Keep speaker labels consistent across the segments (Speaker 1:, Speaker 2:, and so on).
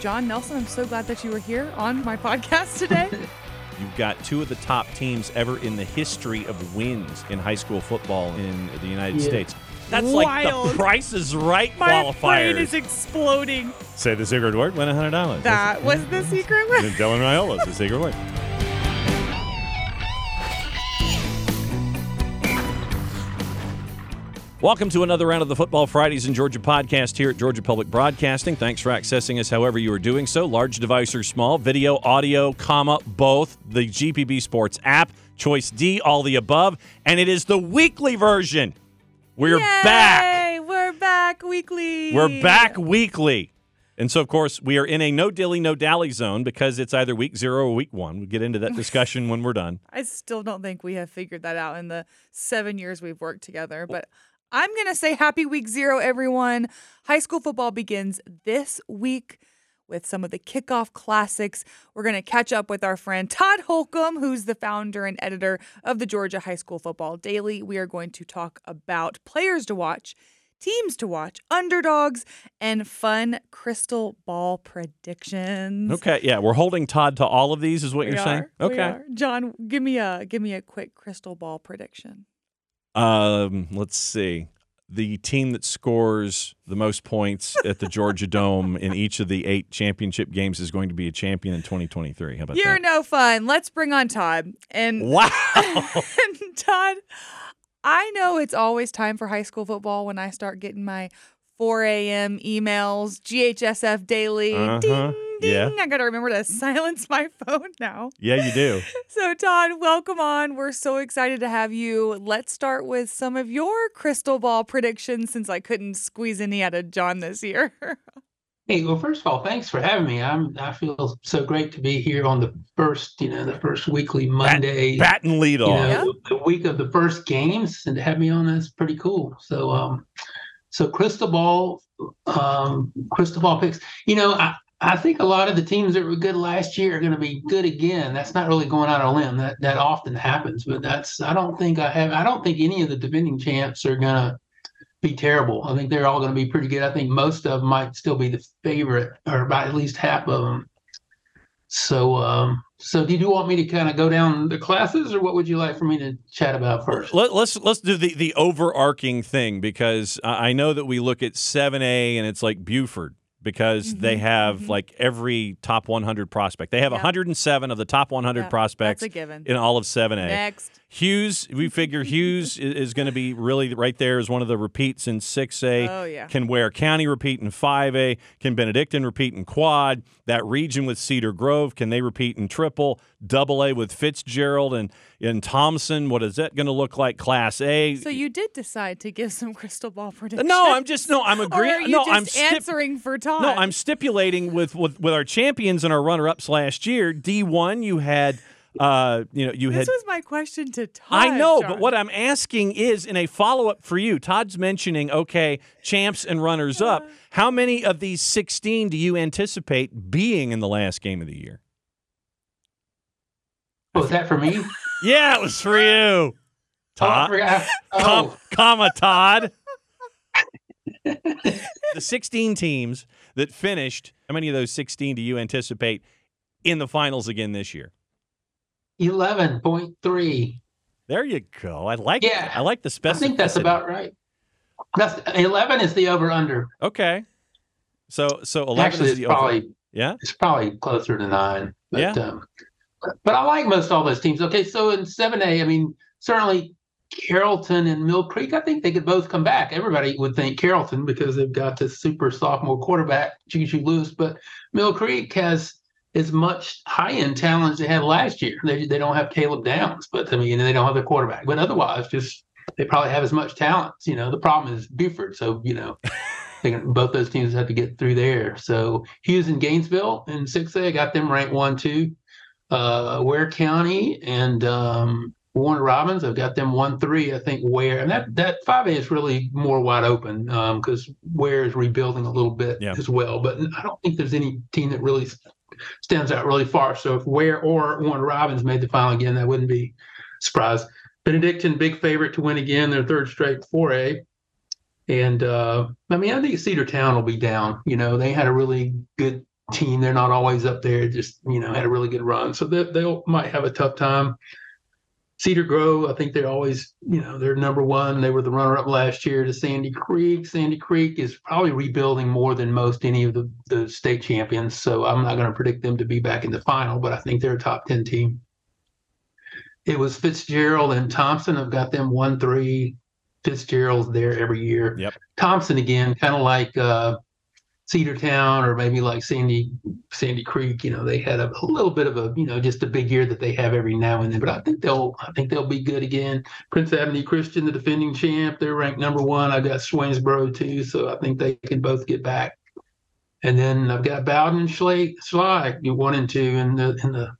Speaker 1: John Nelson, I'm so glad that you were here on my podcast today.
Speaker 2: You've got two of the top teams ever in the history of wins in high school football in the United
Speaker 3: Yeah.
Speaker 2: States. That's like
Speaker 1: Wild.
Speaker 2: the Price is Right
Speaker 1: my brain
Speaker 2: qualifiers.
Speaker 1: is exploding.
Speaker 2: Say the secret word, win hundred dollars.
Speaker 1: That was the secret word.
Speaker 2: Dylan Raiola's the secret word. Welcome to another round of the Football Fridays in Georgia podcast here at Georgia Public Broadcasting. Thanks for accessing us however you are doing so, large device or small, video, audio, comma, both, the GPB Sports app, choice D, all the above, and it is the weekly version. We're back.
Speaker 1: Yay, We're back weekly.
Speaker 2: We're back weekly. And so, of course, we are in a no dilly, no dally zone because it's either week zero or week one. We'll get into that discussion when we're done.
Speaker 1: I still don't think we have figured that out in the seven years we've worked together, but I'm going to say happy week zero, everyone. High school football begins this week with some of the kickoff classics. We're going to catch up with our friend Todd Holcomb, who's the founder and editor of the Georgia High School Football Daily. We are going to talk about players to watch. Teams to watch, underdogs, and fun crystal ball predictions.
Speaker 2: Okay. Yeah. We're holding Todd to all of these, is what
Speaker 1: We
Speaker 2: you're saying?
Speaker 1: are. We
Speaker 2: okay.
Speaker 1: are. John, give me a give me a quick crystal ball prediction.
Speaker 2: Um, let's see. The team that scores the most points at the Georgia Dome in each of the eight championship games is going to be a champion in 2023. How about
Speaker 1: You're
Speaker 2: that?
Speaker 1: no fun. Let's bring on Todd. And,
Speaker 2: wow.
Speaker 1: and Todd, I know it's always time for high school football when I start getting my 4 a.m. emails, GHSF daily.
Speaker 2: Uh-huh.
Speaker 1: Ding, ding.
Speaker 2: Yeah.
Speaker 1: I gotta remember to silence my phone now.
Speaker 2: yeah, you do.
Speaker 1: So Todd, welcome on. We're so excited to have you. Let's start with some of your crystal ball predictions since I couldn't squeeze any out of John this year.
Speaker 3: Hey, well, first of all, thanks for having me. I'm I feel so great to be here on the first, you know, the first weekly Monday,
Speaker 2: Bat and lead
Speaker 3: you
Speaker 2: off.
Speaker 3: know, the week of the first games, and to have me on that's pretty cool. So, um, so crystal ball, um, crystal ball picks. You know, I I think a lot of the teams that were good last year are going to be good again. That's not really going out on a limb. That that often happens, but that's I don't think I have. I don't think any of the defending champs are going to be terrible. I think they're all going to be pretty good. I think most of them might still be the favorite, or about at least half of them. So, um, so did you want me to kind of go down the classes, or what would you like for me to chat about first?
Speaker 2: Let, let's let's do the the overarching thing because I I know that we look at seven A and it's like Buford because they
Speaker 1: Mhm,
Speaker 2: have
Speaker 1: mhm.
Speaker 2: like every top 100 prospect. They have
Speaker 1: Yeah.
Speaker 2: 107 of the top 100
Speaker 1: Yeah,
Speaker 2: prospects
Speaker 1: That's a given.
Speaker 2: in all of seven A.
Speaker 1: Next.
Speaker 2: Hughes, we figure Hughes i- is going to be really right there as one of the repeats in six A.
Speaker 1: Oh yeah.
Speaker 2: Can Ware County repeat in 5A? Can Benedictine repeat in quad? That region with Cedar Grove, can they repeat in triple? Double A with Fitzgerald and, and Thompson, what is that going to look like? Class A?
Speaker 1: So you did decide to give some crystal ball predictions.
Speaker 2: no, I'm just, no, I'm
Speaker 1: Or are
Speaker 2: agreeing.
Speaker 1: you
Speaker 2: No,
Speaker 1: just
Speaker 2: I'm stip-
Speaker 1: answering for Todd.
Speaker 2: no, I'm stipulating with, with, with our champions and our runner ups last year. D1, you had, uh, you know, you
Speaker 1: This
Speaker 2: had
Speaker 1: was my question to Todd.
Speaker 2: I know, but
Speaker 1: John.
Speaker 2: what I'm asking is in a follow up for you, Todd's mentioning, okay, champs and runners up. How many of these 16 do you anticipate being in the last game of the year?
Speaker 3: Oh, is that for me?
Speaker 2: Yeah, it was for you.
Speaker 3: Oh, I
Speaker 2: Todd,
Speaker 3: forgot.
Speaker 2: com-
Speaker 3: Oh,
Speaker 2: comma, Todd. the 16 teams that finished, how many of those 16 do you anticipate in the finals again this year?
Speaker 3: 11.3.
Speaker 2: There you go. I like
Speaker 3: Yeah.
Speaker 2: I like the
Speaker 3: I
Speaker 2: specificity.
Speaker 3: think that's about right. That's 11 is the over under.
Speaker 2: Okay. So so 11
Speaker 3: Actually,
Speaker 2: is
Speaker 3: it's
Speaker 2: the over.
Speaker 3: probably
Speaker 2: Yeah.
Speaker 3: it's probably closer to nine. But,
Speaker 2: Yeah.
Speaker 3: Um, but I like most all those teams. Okay, so in seven A, I mean, certainly Carrollton and Mill Creek. I think they could both come back. Everybody would think Carrollton because they've got this super sophomore quarterback Juju Lewis, but Mill Creek has as much high end talent as they had last year. They they don't have Caleb Downs, but I mean, they don't have their quarterback. But otherwise, just they probably have as much talent. You know, the problem is Buford. So you know, they can- both those teams have to get through there. So Hughes and Gainesville in 6A, I got them ranked one, two. Uh, Ware County and um, Warner Robins, I've got them one, three. I think Ware and that that 5A is really more wide open because Ware is rebuilding a little bit
Speaker 2: Yeah.
Speaker 3: as well. But I don't think there's any team that really stands out really far. So if Ware or Warner Robins made the final again, that wouldn't be surprised. Benedictine, big favorite to win again, their third straight 4A. And uh, I mean, I think Cedar Town will be down. You know, they had a really good team. They're not always up there. Just you know, had a really good run, so they they might have a tough time. Cedar Grove, I think they're always, you know, they're number one. They were the runner up last year to Sandy Creek. Sandy Creek is probably rebuilding more than most any of the, the state champions. So I'm not going to predict them to be back in the final, but I think they're a top 10 team. It was Fitzgerald and Thompson. I've got them one, three. Fitzgerald's there every year.
Speaker 2: Yep.
Speaker 3: Thompson again, kind of like uh, Cedar Town or maybe like Sandy Sandy Creek, you know, they had a, a, little bit of a, you know, just a big year that they have every now and then. But I think they'll I think they'll be good again. Prince Avenue Christian, the defending champ, they're ranked number one. I've got Swainsboro too, so I think they can both get back. And then I've got Bowden and Schley, Schley one and two in the in the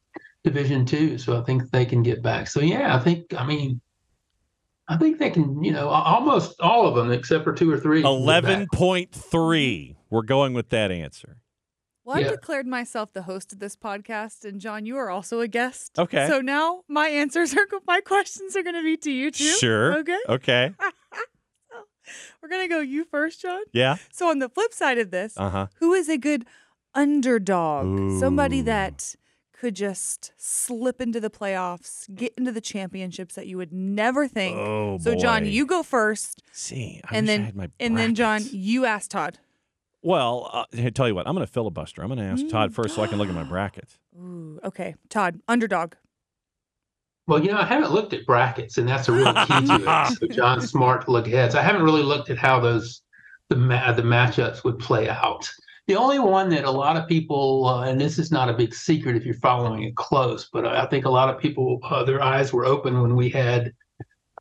Speaker 3: division two. So I think they can get back. So yeah, I think I mean I think they can, you know, almost all of them except for two or three.
Speaker 2: Eleven point three. We're going with that answer.
Speaker 1: Well, yeah. I declared myself the host of this podcast, and John, you are also a guest.
Speaker 2: Okay.
Speaker 1: So now my answers are my questions are going to be to you too.
Speaker 2: Sure.
Speaker 1: Okay.
Speaker 2: Okay.
Speaker 1: We're going to go you first, John.
Speaker 2: Yeah.
Speaker 1: So on the flip side of this,
Speaker 2: uh-huh.
Speaker 1: who is a good underdog?
Speaker 2: Ooh.
Speaker 1: Somebody that could just slip into the playoffs, get into the championships that you would never think.
Speaker 2: Oh,
Speaker 1: so
Speaker 2: boy.
Speaker 1: John, you go first.
Speaker 2: See, I
Speaker 1: and
Speaker 2: wish I
Speaker 1: then
Speaker 2: had my
Speaker 1: and then John,
Speaker 2: brackets.
Speaker 1: you ask Todd.
Speaker 2: Well, uh, here, tell you what, I'm going to filibuster. I'm going to ask
Speaker 1: Mm.
Speaker 2: Todd first so I can look at my brackets.
Speaker 1: Ooh, okay. Todd, underdog.
Speaker 3: Well, you know, I haven't looked at brackets, and that's a real key to it. So John Smart to look ahead. So I haven't really looked at how those the ma- the matchups would play out. The only one that a lot of people, uh, and this is not a big secret if you're following it close, but I I think a lot of people uh, their eyes were open when we had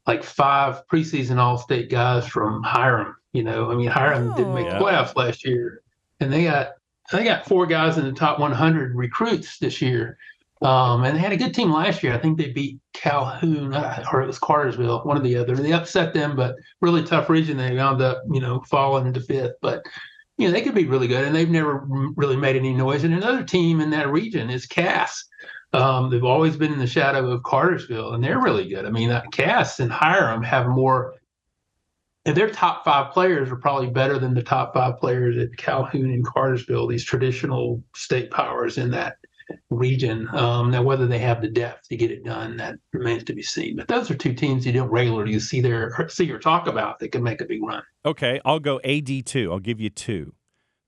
Speaker 3: like five preseason All-State guys from Hiram. You know, I mean Hiram didn't make
Speaker 2: Oh.
Speaker 3: the playoffs last year, and they got they got four guys in the top 100 recruits this year. Um, and they had a good team last year. I think they beat Calhoun, uh, or it was Cartersville, one or the other. They upset them, but really tough region. They wound up, you know, falling into fifth. But you know, they could be really good, and they've never m- really made any noise. And another team in that region is Cass. Um, they've always been in the shadow of Cartersville, and they're really good. I mean, uh, Cass and Hiram have more, and their top five players are probably better than the top five players at Calhoun and Cartersville, these traditional state powers in that region. Um, now, whether they have the depth to get it done, that remains to be seen. But those are two teams you don't regularly see their or see or talk about that can make a big run.
Speaker 2: Okay, I'll go AD2. I'll give you two.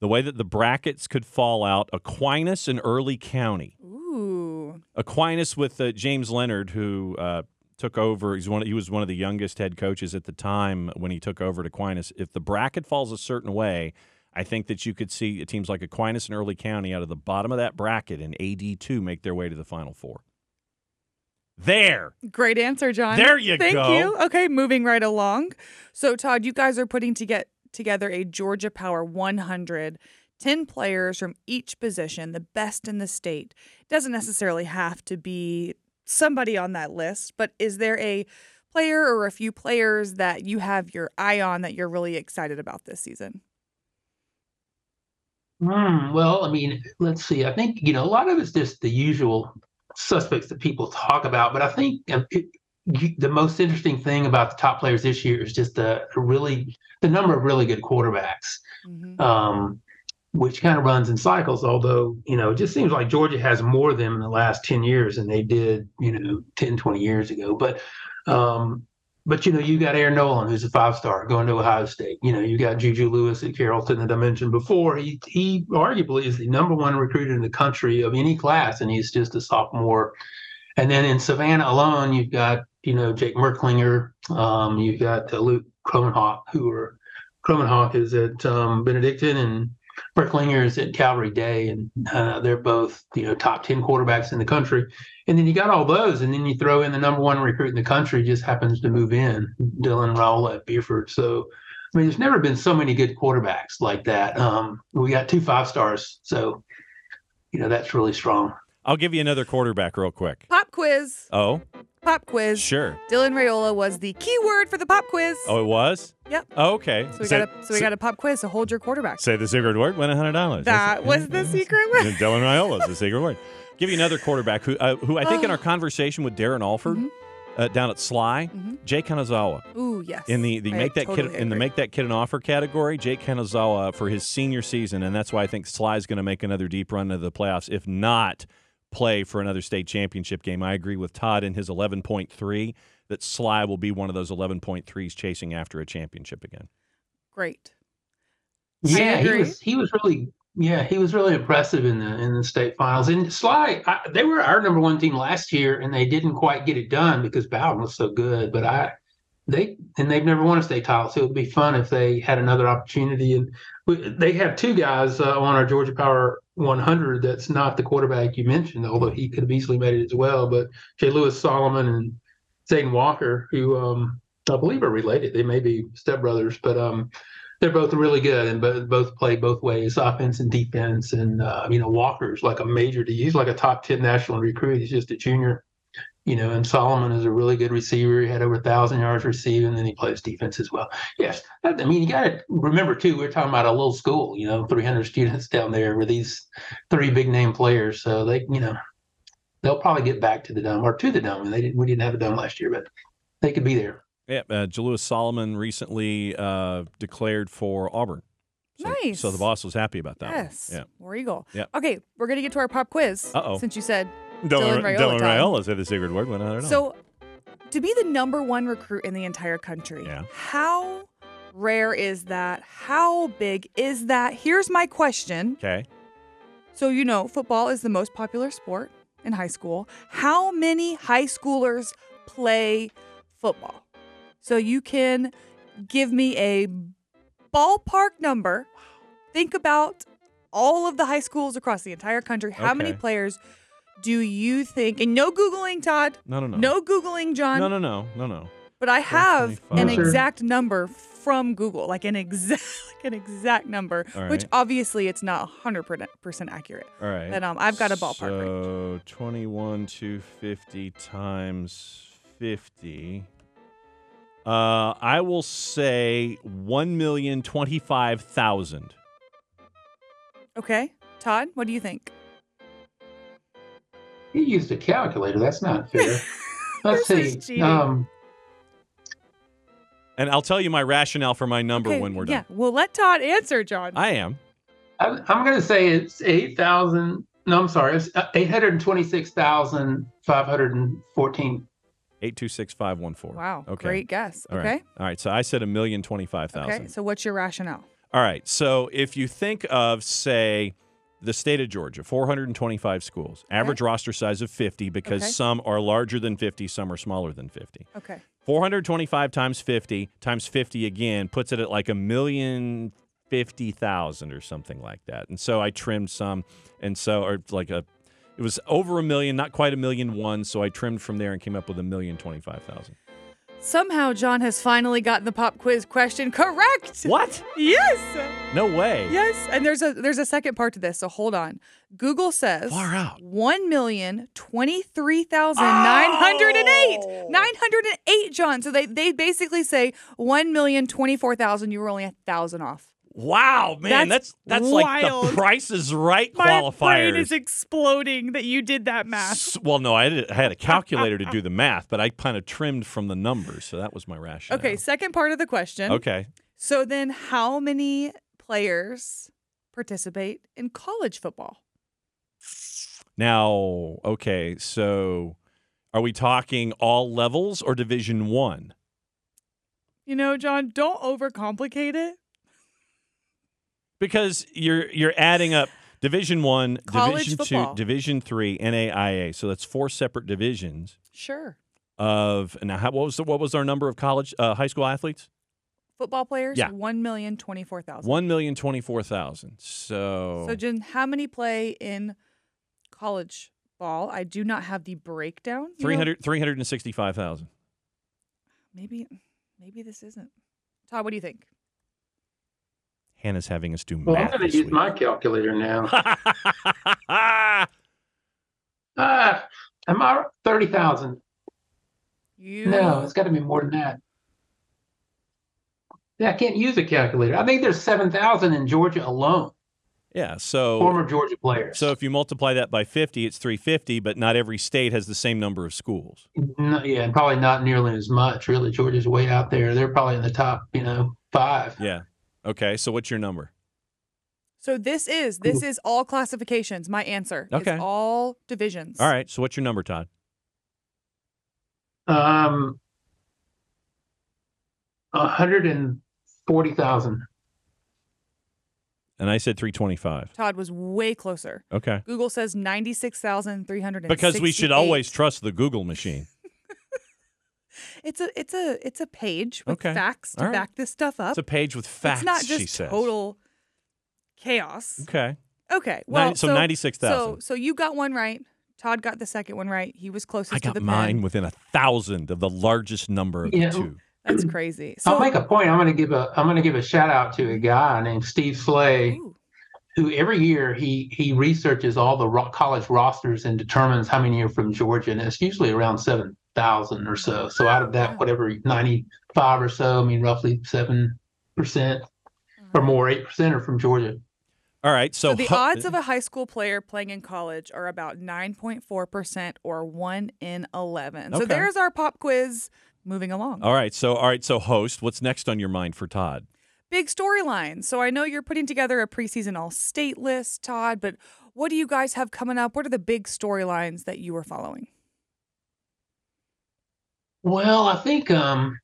Speaker 2: The way that the brackets could fall out Aquinas and Early County.
Speaker 1: Ooh.
Speaker 2: Aquinas with uh, James Leonard, who uh, took over. He's one. He was one of the youngest head coaches at the time when he took over at Aquinas. If the bracket falls a certain way, I think that you could see teams like Aquinas and Early County out of the bottom of that bracket and AD two make their way to the Final Four. There,
Speaker 1: Great answer, John.
Speaker 2: there you
Speaker 1: Thank
Speaker 2: go.
Speaker 1: you. Okay, moving right along. So, Todd, you guys are putting to get together a Georgia Power 100, 10 players from each position, the best in the state. Doesn't necessarily have to be somebody on that list, but is there a player or a few players that you have your eye on that you're really excited about this season?
Speaker 3: Hmm, well, I mean, let's see. I think you know a lot of it's just the usual suspects that people talk about, but I think um, it, you, the most interesting thing about the top players this year is just the really the number of really good quarterbacks.
Speaker 1: Mhm.
Speaker 3: um, which kind of runs in cycles. Although, you know, it just seems like Georgia has more of them in the last 10 years than they did, you know, 10, 20 years ago. But, um, but you know, you got Aaron Nolan, who's a five star, going to Ohio State. You know, you got Juju Lewis at Carrollton that I mentioned before. He he arguably is the number one recruiter in the country of any class, and he's just a sophomore. And then in Savannah alone, you've got you know Jake Merklinger, um, you've got uh, Luke Cromenhawk, who are Cromenhawk is at um, Benedictine and Berklinger is at Calvary Day, and uh, they're both you know top ten quarterbacks in the country. And then you got all those, and then you throw in the number one recruit in the country just happens to move in, Dylan Raul at Beaufort. So I mean, there's never been so many good quarterbacks like that. Um, we got two five stars, so you know that's really strong.
Speaker 2: I'll give you another quarterback real quick.
Speaker 1: Pop quiz.
Speaker 2: Oh,
Speaker 1: Pop quiz.
Speaker 2: sure.
Speaker 1: Dylan Rayola was the key word for the pop quiz.
Speaker 2: Oh, it was.
Speaker 1: Yep.
Speaker 2: Oh, okay.
Speaker 1: So we
Speaker 4: Say-
Speaker 1: got a, so we
Speaker 4: say-
Speaker 1: got a pop quiz. So hold your quarterback.
Speaker 4: Say the secret word, win hundred dollars.
Speaker 1: That was the secret word.
Speaker 4: Dylan Raiola's the secret word.
Speaker 1: Oh.
Speaker 2: Give you another quarterback who, uh, who I think in our conversation with Darren Alford,
Speaker 1: Mm-hmm.
Speaker 2: uh, down at Sly,
Speaker 1: Mhm.
Speaker 2: Jake Kanazawa.
Speaker 1: Ooh, yes.
Speaker 2: In the, the
Speaker 1: I
Speaker 2: make that
Speaker 1: totally
Speaker 2: kid in the
Speaker 1: agree.
Speaker 2: make that kid an offer category, Jake Kanazawa for his senior season, and that's why I think Sly's going to make another deep run into the playoffs. If not, play for another state championship game. I agree with Todd in his 11.3 that Sly will be one of those 11.3s chasing after a championship again.
Speaker 1: Great.
Speaker 3: Yeah, he
Speaker 1: agree.
Speaker 3: was he was really yeah he was really impressive in the in the state finals. And Sly, I, they were our number one team last year, and they didn't quite get it done because Bowden was so good. But I they and they've never won a state title, so it would be fun if they had another opportunity. And we, they have two guys uh, on our Georgia Power 100. That's not the quarterback you mentioned, although he could have easily made it as well. But Jay Lewis Solomon and Zayden Walker, who um, I believe are related, they may be stepbrothers, but um, they're both really good and both both play both ways, offense and defense. And uh, you know, Walker's like a major. To, he's like a top ten national recruit. He's just a junior. You know, and Solomon is a really good receiver. He had over a thousand yards receiving, and then he plays defense as well. Yes, that- I mean you got to remember too. We're talking about a little school. You know, three hundred students down there with these three big name players. So they, you know, they'll probably get back to the dome or to the dome. They didn't. We didn't have a dome last year, but they could be there.
Speaker 2: Yeah, uh, Jalewis Solomon recently uh, declared for Auburn. So,
Speaker 1: Nice.
Speaker 2: So the boss was happy about that. one.
Speaker 1: yes. More Eagle.
Speaker 2: Yeah.
Speaker 1: Okay, we're gonna get to our pop quiz.
Speaker 2: Uh-oh.
Speaker 1: Since you said
Speaker 2: Yeah.
Speaker 1: Dylan Raiola
Speaker 2: Dylan
Speaker 1: time.
Speaker 2: Raiola said the secret word. When I don't know.
Speaker 1: so, to be the number one recruit in the entire country.
Speaker 2: Yeah.
Speaker 1: How rare is that? How big is that? Here's my question.
Speaker 2: okay.
Speaker 1: So, you know, football is the most popular sport in high school. How many high schoolers play football? So, you can give me a ballpark number. Think about all of the high schools across the entire country. How many
Speaker 2: Okay.
Speaker 1: players do you think? And no Googling, Todd.
Speaker 2: No, no, no.
Speaker 1: No Googling, John.
Speaker 2: No, no, no, no, no.
Speaker 1: But I have an
Speaker 2: 125.
Speaker 3: Sure.
Speaker 1: exact number from Google, like an exact, like an exact number,
Speaker 2: All
Speaker 1: which
Speaker 2: right.
Speaker 1: obviously it's not 100% accurate.
Speaker 2: All right.
Speaker 1: But um, I've got a ballpark range.
Speaker 2: So 21 to 50 times 50. Uh, I will say 1,025,000.
Speaker 1: Okay. Todd, what do you think?
Speaker 3: He used a calculator. That's not fair. Let's
Speaker 1: This is
Speaker 3: see.
Speaker 1: cheating.
Speaker 3: Um,
Speaker 2: And I'll tell you my rationale for my number
Speaker 1: okay,
Speaker 2: when we're
Speaker 1: yeah,
Speaker 2: done.
Speaker 1: we'll let Todd answer, John.
Speaker 2: I am.
Speaker 3: I'm, I'm going to say it's 8,000. No, I'm sorry. It's uh, 826,514.
Speaker 2: 826514.
Speaker 1: wow.
Speaker 2: Okay.
Speaker 1: Great guess.
Speaker 2: All
Speaker 1: okay.
Speaker 2: right. All right. So I said a million twenty-five thousand.
Speaker 1: Okay. So what's your rationale?
Speaker 2: All right. So if you think of, say, the state of Georgia, 425 schools, average roster size of 50 because
Speaker 1: Okay.
Speaker 2: some are larger than 50, some are smaller than 50.
Speaker 1: Okay.
Speaker 2: 425 times 50 times 50 again puts it at like a million fifty thousand or something like that. And so I trimmed some, and so or like a, it was over a million, not quite a million one. So I trimmed from there and came up with a million twenty-five thousand.
Speaker 1: Somehow John has finally gotten the pop quiz question correct.
Speaker 2: What?
Speaker 1: Yes.
Speaker 2: No way.
Speaker 1: Yes, and there's a there's a second part to this, so hold on. Google says
Speaker 2: Far out.
Speaker 1: one million twenty three thousand nine hundred and eight.
Speaker 2: Oh.
Speaker 1: Nine hundred and eight, John. So they they basically say one million twenty four thousand. You were only a thousand off.
Speaker 2: Wow, man, that's
Speaker 1: That's
Speaker 2: that's, like
Speaker 1: wild.
Speaker 2: the Price is Right
Speaker 1: My brain
Speaker 2: qualifiers.
Speaker 1: is exploding that you did that math.
Speaker 2: S- Well, no, I had, I had a calculator to do the math, but I kind of trimmed from the numbers, so that was my rationale.
Speaker 1: Okay, second part of the question.
Speaker 2: Okay.
Speaker 1: So then, how many players participate in college football?
Speaker 2: Now, okay, so are we talking all levels or Division One?
Speaker 1: You know, John, don't overcomplicate it.
Speaker 2: Because you're you're adding up Division One,
Speaker 1: College
Speaker 2: Division
Speaker 1: football.
Speaker 2: Two, Division Three, NAIA. So that's four separate divisions
Speaker 1: Sure.
Speaker 2: of. Now, how, what was the, what was our number of college uh, high school athletes?
Speaker 1: Football players,
Speaker 2: Yeah.
Speaker 1: one million twenty-four thousand.
Speaker 2: One Oh. million twenty-four thousand. So,
Speaker 1: So, Jen, how many play in college ball? I do not have the breakdown. You know,
Speaker 2: 300 365,000.
Speaker 1: Maybe, maybe this isn't. Todd, what do you think?
Speaker 2: Hannah's having us do math.
Speaker 3: Well, I'm going
Speaker 2: this
Speaker 3: to use
Speaker 2: week.
Speaker 3: my calculator now. Ah, am I 30,000?
Speaker 1: You
Speaker 3: No, it's got to be more than that. Yeah, I can't use a calculator. I think there's 7,000 in Georgia alone.
Speaker 2: Yeah.
Speaker 1: Oh.
Speaker 2: So
Speaker 3: former Georgia players.
Speaker 2: So if you multiply that by 50, it's 350, but not every state has the same number of schools.
Speaker 3: No, yeah, and probably not nearly as much. Really, Georgia's way out there. They're probably in the top, you know, five.
Speaker 2: Yeah. Okay. So what's your number?
Speaker 1: So this is this is all classifications. My answer.
Speaker 2: Okay.
Speaker 1: It's all divisions.
Speaker 2: All right. So what's your number, Todd?
Speaker 3: Um, hundred and forty thousand.
Speaker 2: And I said 325.
Speaker 1: Todd was way closer.
Speaker 2: Okay.
Speaker 1: Google says ninety six thousand three hundred.
Speaker 2: Because we should always trust the Google machine.
Speaker 1: It's a it's a it's a page with
Speaker 2: Okay.
Speaker 1: facts to
Speaker 2: All right.
Speaker 1: back this stuff up.
Speaker 2: It's a page with facts,
Speaker 1: It's not
Speaker 2: she
Speaker 1: just
Speaker 2: says.
Speaker 1: total chaos.
Speaker 2: Okay.
Speaker 1: Okay. Well,
Speaker 2: Nin- so 96,000.
Speaker 1: So so you got one right. Todd got the second one right. He was closest
Speaker 2: I
Speaker 1: to
Speaker 2: got
Speaker 1: the
Speaker 2: mine
Speaker 1: pen.
Speaker 2: within a thousand of the largest number of
Speaker 3: Yeah.
Speaker 2: the two.
Speaker 1: That's crazy.
Speaker 3: I'll
Speaker 1: So
Speaker 3: make a point. I'm going to give a I'm going to give a shout out to a guy named Steve Slay.
Speaker 1: Ooh,
Speaker 3: who every year he he researches all the ro- college rosters and determines how many are from Georgia, and it's usually around seven thousand or so. So out of
Speaker 1: Wow.
Speaker 3: that, whatever ninety five or so, I mean, roughly seven percent
Speaker 1: Mm-hmm.
Speaker 3: or more, eight percent are from Georgia.
Speaker 2: All right. So,
Speaker 1: So the
Speaker 2: hu-
Speaker 1: odds of a high school player playing in college are about 9.4% or 1 in 11. So
Speaker 2: Okay.
Speaker 1: there's our pop quiz moving along.
Speaker 2: All right. So all right. So host, what's next on your mind for Todd?
Speaker 1: Big storyline. So I know you're putting together a preseason all state list, Todd, but what do you guys have coming up? What are the big storylines that you are following?
Speaker 3: Well, I think um,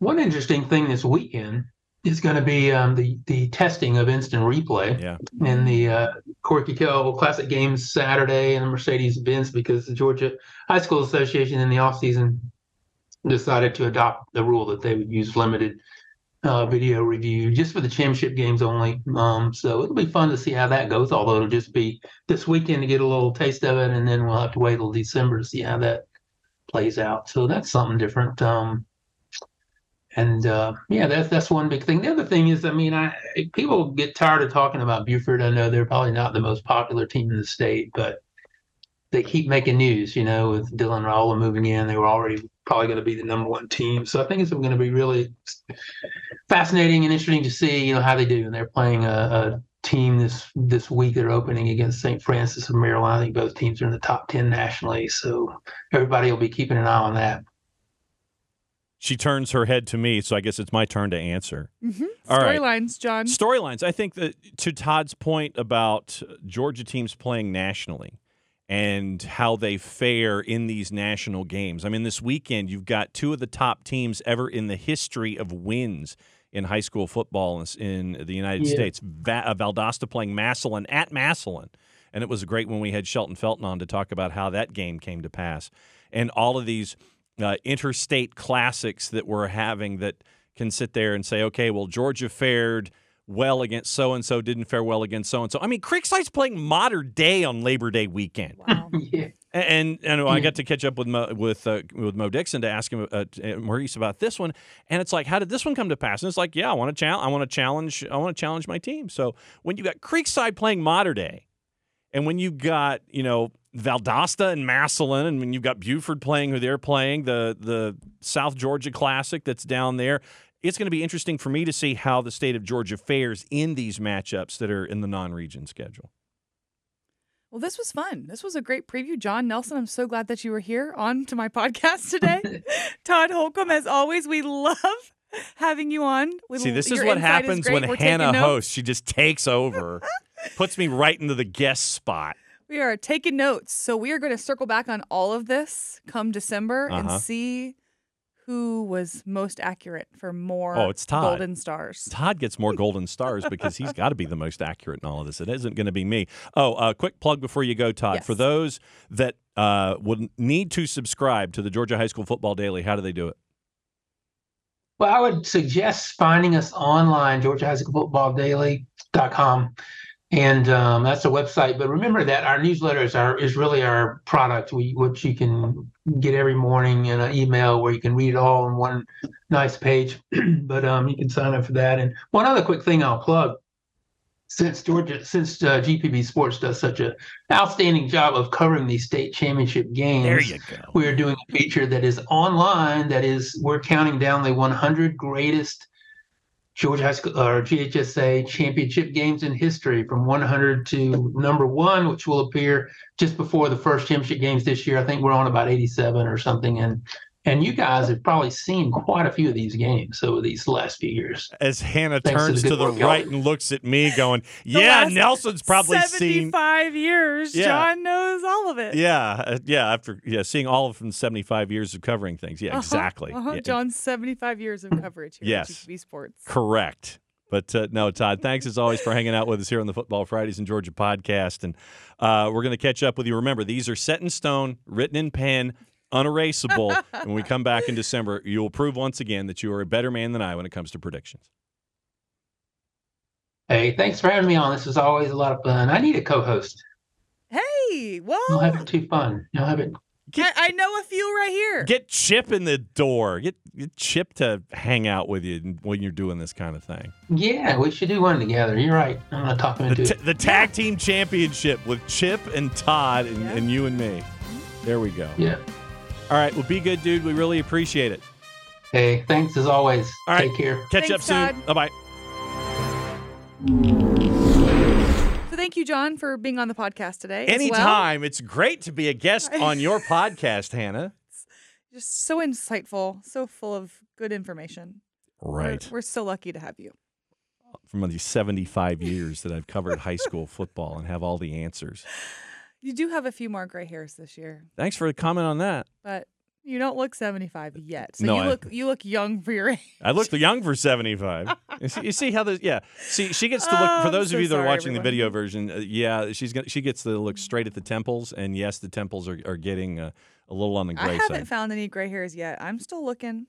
Speaker 3: one interesting thing this weekend is going to be um, the the testing of instant replay.
Speaker 2: Yeah.
Speaker 3: in the uh, Corky Kell Classic Games Saturday and the Mercedes Benz because the Georgia High School Association in the offseason decided to adopt the rule that they would use limited uh, video review just for the championship games only. Um, so it'll be fun to see how that goes, although it'll just be this weekend to get a little taste of it, and then we'll have to wait till December to see how that plays out. So that's something different. Um, and uh, yeah, that's that's one big thing. The other thing is, I mean, I people get tired of talking about Buford. I know they're probably not the most popular team in the state, but they keep making news. You know, with Dylan Raola moving in, they were already probably going to be the number one team. So I think it's going to be really fascinating and interesting to see, you know, how they do. And they're playing a, a team this this week. They're opening against St. Francis of Maryland. I think both teams are in the top ten nationally, so everybody will be keeping an eye on that.
Speaker 2: She turns her head to me, so I guess it's my turn to answer.
Speaker 1: Mm-hmm.
Speaker 2: All right.
Speaker 1: Storylines, John.
Speaker 2: Storylines. I think that to Todd's point about Georgia teams playing nationally and how they fare in these national games. I mean, this weekend you've got two of the top teams ever in the history of wins in high school football in- in the United
Speaker 3: Yeah.
Speaker 2: States. Va- uh, Valdosta playing Massillon at Massillon. And it was great when we had Shelton Felton on to talk about how that game came to pass and all of these uh, interstate classics that we're having that can sit there and say, okay, well, Georgia fared well against so and so, didn't fare well against so and so. I mean, Creekside's playing modern day on Labor Day weekend.
Speaker 1: Wow.
Speaker 3: Yeah.
Speaker 2: And and I
Speaker 3: Yeah.
Speaker 2: got to catch up with Mo, with uh, with Mo Dixon to ask him uh, uh, Maurice about this one, and it's like, how did this one come to pass? And it's like, yeah, I want to challenge, I want to challenge, I want to challenge my team. So when you got Creekside playing Mater Day, and when you got you know Valdosta and Massillon, and when you've got Buford playing who they're playing, the the South Georgia Classic that's down there, it's going to be interesting for me to see how the state of Georgia fares in these matchups that are in the non-region schedule.
Speaker 1: Well, this was fun. This was a great preview. John Nelson, I'm so glad that you were here on to my podcast today. Todd Holcomb, as always, we love having you on. We
Speaker 2: See, this is
Speaker 1: your
Speaker 2: what
Speaker 1: insight is
Speaker 2: happens
Speaker 1: great.
Speaker 2: when
Speaker 1: We're taking
Speaker 2: Hannah
Speaker 1: notes.
Speaker 2: hosts. She just takes over, puts me right into the guest spot.
Speaker 1: We are taking notes. So we are going to circle back on all of this come December
Speaker 2: Uh-huh.
Speaker 1: and see who was most accurate for more
Speaker 2: Oh, it's Todd.
Speaker 1: golden stars.
Speaker 2: Todd gets more golden stars because he's got to be the most accurate in all of this. It isn't going to be me. Oh, a quick plug before you go, Todd. For
Speaker 1: Yes.
Speaker 2: those that uh, would need to subscribe to the Georgia High School Football Daily, how do they do it?
Speaker 3: Well, I would suggest finding us online, georgiahighschoolfootballdaily.com. And um, that's a website. But remember that our newsletter is, our, is really our product, we, which you can get every morning in an email where you can read it all in one nice page. but um, you can sign up for that. And one other quick thing I'll plug. Since Georgia, since uh, GPB Sports does such an outstanding job of covering these state championship games,
Speaker 2: There you go.
Speaker 3: we are doing a feature that is online that is we're counting down the 100 greatest Georgia High School or GHSA championship games in history from 100 to number one, which will appear just before the first championship games this year. I think we're on about 87 or something. And and you guys have probably seen quite a few of these games over these last few years.
Speaker 4: As Hannah
Speaker 3: Thanks to
Speaker 4: turns
Speaker 3: the
Speaker 4: to
Speaker 3: good
Speaker 4: the
Speaker 3: work,
Speaker 4: right
Speaker 3: y'all.
Speaker 4: and looks at me, going,
Speaker 1: The
Speaker 4: "Yeah,
Speaker 1: last
Speaker 4: Nelson's probably seen."
Speaker 1: 75 years.
Speaker 4: Yeah.
Speaker 1: John knows all of it.
Speaker 2: Yeah, uh, yeah. After yeah, seeing all of them, seventy-five years of covering things. Yeah,
Speaker 1: Uh-huh,
Speaker 2: exactly.
Speaker 1: Uh-huh.
Speaker 2: Yeah,
Speaker 1: John's 75 years of coverage here
Speaker 2: Yes.
Speaker 1: at GTV Sports.
Speaker 2: Correct. But uh, no, Todd, thanks as always for hanging out with us here on the Football Fridays in Georgia podcast. And uh, we're going to catch up with you. Remember, these are set in stone, written in pen, unerasable. when we come back in December, you'll prove once again that you are a better man than I when it comes to predictions.
Speaker 3: Hey, thanks for having me on. This is always a lot of fun. I need a co-host.
Speaker 1: Hey, well,
Speaker 3: You'll have it too fun. You'll have it.
Speaker 1: I, I know a few right here.
Speaker 2: Get Chip in the door. Get, get Chip to hang out with you when you're doing this kind of thing.
Speaker 3: Yeah, we should do one together. You're right. I'm gonna talk him
Speaker 2: The,
Speaker 3: into
Speaker 2: t-
Speaker 3: it.
Speaker 2: the tag team championship with Chip and Todd and,
Speaker 1: Yeah.
Speaker 2: and you and me. There we go.
Speaker 3: Yeah.
Speaker 2: All right. Well, be good, dude. We really appreciate it.
Speaker 3: Hey, thanks as always.
Speaker 2: All right.
Speaker 3: Take care.
Speaker 2: Catch up
Speaker 1: Thanks,
Speaker 2: soon.
Speaker 1: Todd.
Speaker 2: Bye bye.
Speaker 1: so thank you, John, for being on the podcast today. as well.
Speaker 2: Anytime. It's great to be a guest on your podcast, Hannah.
Speaker 1: Just so insightful, so full of good information. We're-
Speaker 2: Right.
Speaker 1: we're so lucky to have you.
Speaker 2: From the 75 years that I've covered high school football and have all the answers.
Speaker 1: You do have a few more gray hairs this year,
Speaker 2: Thanks for the comment on that.
Speaker 1: but you don't look 75 yet. So
Speaker 2: No,
Speaker 1: you
Speaker 2: I-
Speaker 1: look you look young for your age.
Speaker 2: I looked young for 75. You see, you see how the yeah. See, she gets to look.
Speaker 1: Oh,
Speaker 2: for
Speaker 1: I'm
Speaker 2: those
Speaker 1: so
Speaker 2: of you that are
Speaker 1: sorry,
Speaker 2: watching
Speaker 1: everyone.
Speaker 2: the video version, uh, yeah, she's gonna, she gets to look straight at the temples, and yes, the temples are, are getting uh, a little on the
Speaker 1: I
Speaker 2: gray
Speaker 1: haven't
Speaker 2: side.
Speaker 1: found any gray hairs yet. I'm still looking.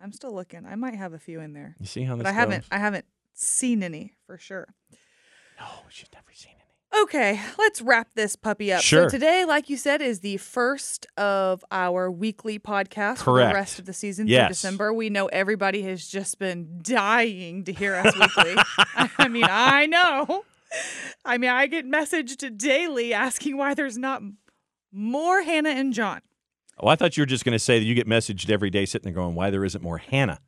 Speaker 1: I'm still looking. I might have a few in there,
Speaker 2: You see how this
Speaker 1: but I haven't.
Speaker 2: goes?
Speaker 1: I haven't seen any for sure.
Speaker 2: No, she's never seen any.
Speaker 1: Okay, let's wrap this puppy up.
Speaker 2: Sure.
Speaker 1: So today, like you said, is the first of our weekly podcast for the
Speaker 2: Correct.
Speaker 1: rest of the season
Speaker 2: Yes.
Speaker 1: through December. We know everybody has just been dying to hear us weekly. I mean, I know. I mean, I get messaged daily asking why there's not more Hannah and John.
Speaker 2: Oh, I thought you were just going to say that you get messaged every day sitting there going, "Why there isn't more Hannah?"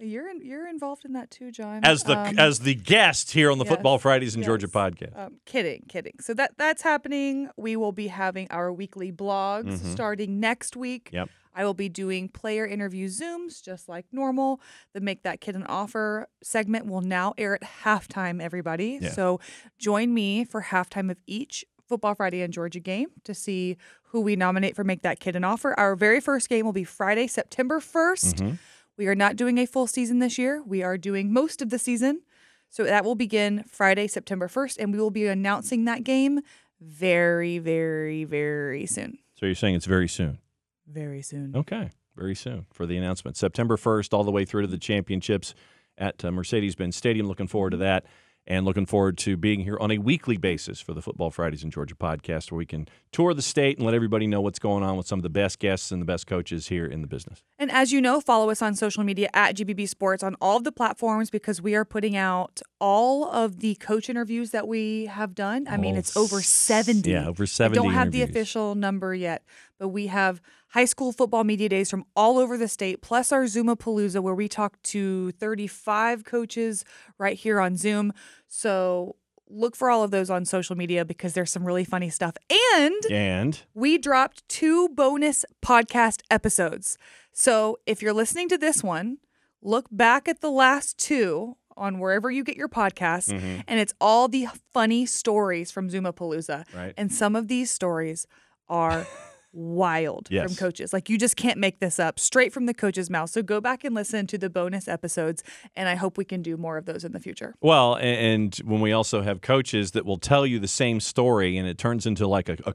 Speaker 1: You're in, you're involved in that too, John.
Speaker 2: As the
Speaker 1: Um,
Speaker 2: as the guest here on the
Speaker 1: yes,
Speaker 2: Football Fridays in Georgia
Speaker 1: yes.
Speaker 2: podcast.
Speaker 1: Um, kidding, kidding. So that that's happening. We will be having our weekly blogs
Speaker 2: Mhm.
Speaker 1: starting next week.
Speaker 2: Yep.
Speaker 1: I will be doing player interview zooms just like normal. The Make That Kid an Offer segment will now air at halftime, everybody.
Speaker 2: Yeah.
Speaker 1: So join me for halftime of each Football Friday and Georgia game to see who we nominate for Make That Kid an Offer. Our very first game will be Friday, September 1st.
Speaker 2: Mhm.
Speaker 1: We are not doing a full season this year. We are doing most of the season. So that will begin Friday, September 1st, and we will be announcing that game very, very, very soon.
Speaker 2: So you're saying it's very soon.
Speaker 1: Very soon.
Speaker 2: Okay, very soon for the announcement. September 1st, all the way through to the championships at uh, Mercedes Benz Stadium. Looking forward to that and looking forward to being here on a weekly basis for the Football Fridays in Georgia podcast, where we can tour the state and let everybody know what's going on with some of the best guests and the best coaches here in the business.
Speaker 1: And as you know, follow us on social media at GBB Sports on all of the platforms because we are putting out all of the coach interviews that we have done. I mean,
Speaker 2: All
Speaker 1: it's over 70.
Speaker 2: Yeah, over
Speaker 1: I
Speaker 2: 70.
Speaker 1: don't have the
Speaker 2: interviews.
Speaker 1: official number yet, but we have high school football media days from all over the state, plus our Zuma Palooza, where we talk to 35 coaches right here on Zoom. So look for all of those on social media because there's some really funny stuff. And
Speaker 2: And
Speaker 1: we dropped two bonus podcast episodes. So if you're listening to this one, look back at the last two on wherever you get your podcasts,
Speaker 2: Mm-hmm.
Speaker 1: and it's all the funny stories from Zuma Palooza.
Speaker 2: Right.
Speaker 1: And some of these stories are wild
Speaker 2: Yes.
Speaker 1: from coaches. Like you just can't make this up straight from the coach's mouth. So go back and listen to the bonus episodes, and I hope we can do more of those in the future.
Speaker 2: Well, a- and when we also have coaches that will tell you the same story, and it turns into like a, a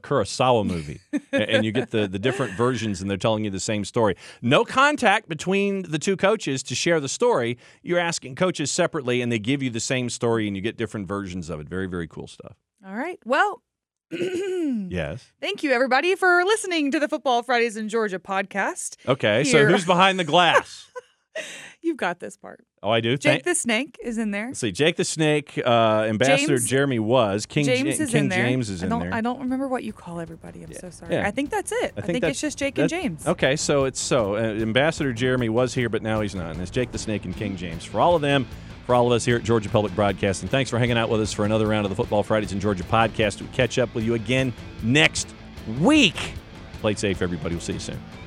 Speaker 2: Kurosawa movie, A- and you get the, the different versions, and they're telling you the same story. No contact between the two coaches to share the story. You're asking coaches separately, and they give you the same story, and you get different versions of it. Very, very cool stuff.
Speaker 1: All right. Well,
Speaker 2: Yes.
Speaker 1: Thank you, everybody, for listening to the Football Fridays in Georgia podcast. Here.
Speaker 2: Okay. So who's behind the glass?
Speaker 1: You've got this part.
Speaker 2: Oh, I do.
Speaker 1: Jake
Speaker 2: Thank-
Speaker 1: the Snake is in there.
Speaker 2: Let's see. Jake the Snake, uh, Ambassador
Speaker 1: James-
Speaker 2: Jeremy was King. Ja-
Speaker 1: James is
Speaker 2: King
Speaker 1: in there.
Speaker 2: James is
Speaker 1: I
Speaker 2: in
Speaker 1: don't,
Speaker 2: there.
Speaker 1: I don't remember what you call everybody. I'm so sorry.
Speaker 2: Yeah.
Speaker 1: I think that's it. I,
Speaker 2: think
Speaker 1: think,
Speaker 2: that's-
Speaker 1: it's just Jake and
Speaker 2: That-
Speaker 1: James.
Speaker 2: Okay, so it's so uh, Ambassador Jeremy was here, but now he's not, and it's Jake the Snake and King James. For all of them, For all of us here at Georgia Public Broadcasting, thanks for hanging out with us for another round of the Football Fridays in Georgia podcast. We'll catch up with you again next week. Play safe, everybody. We'll see you soon.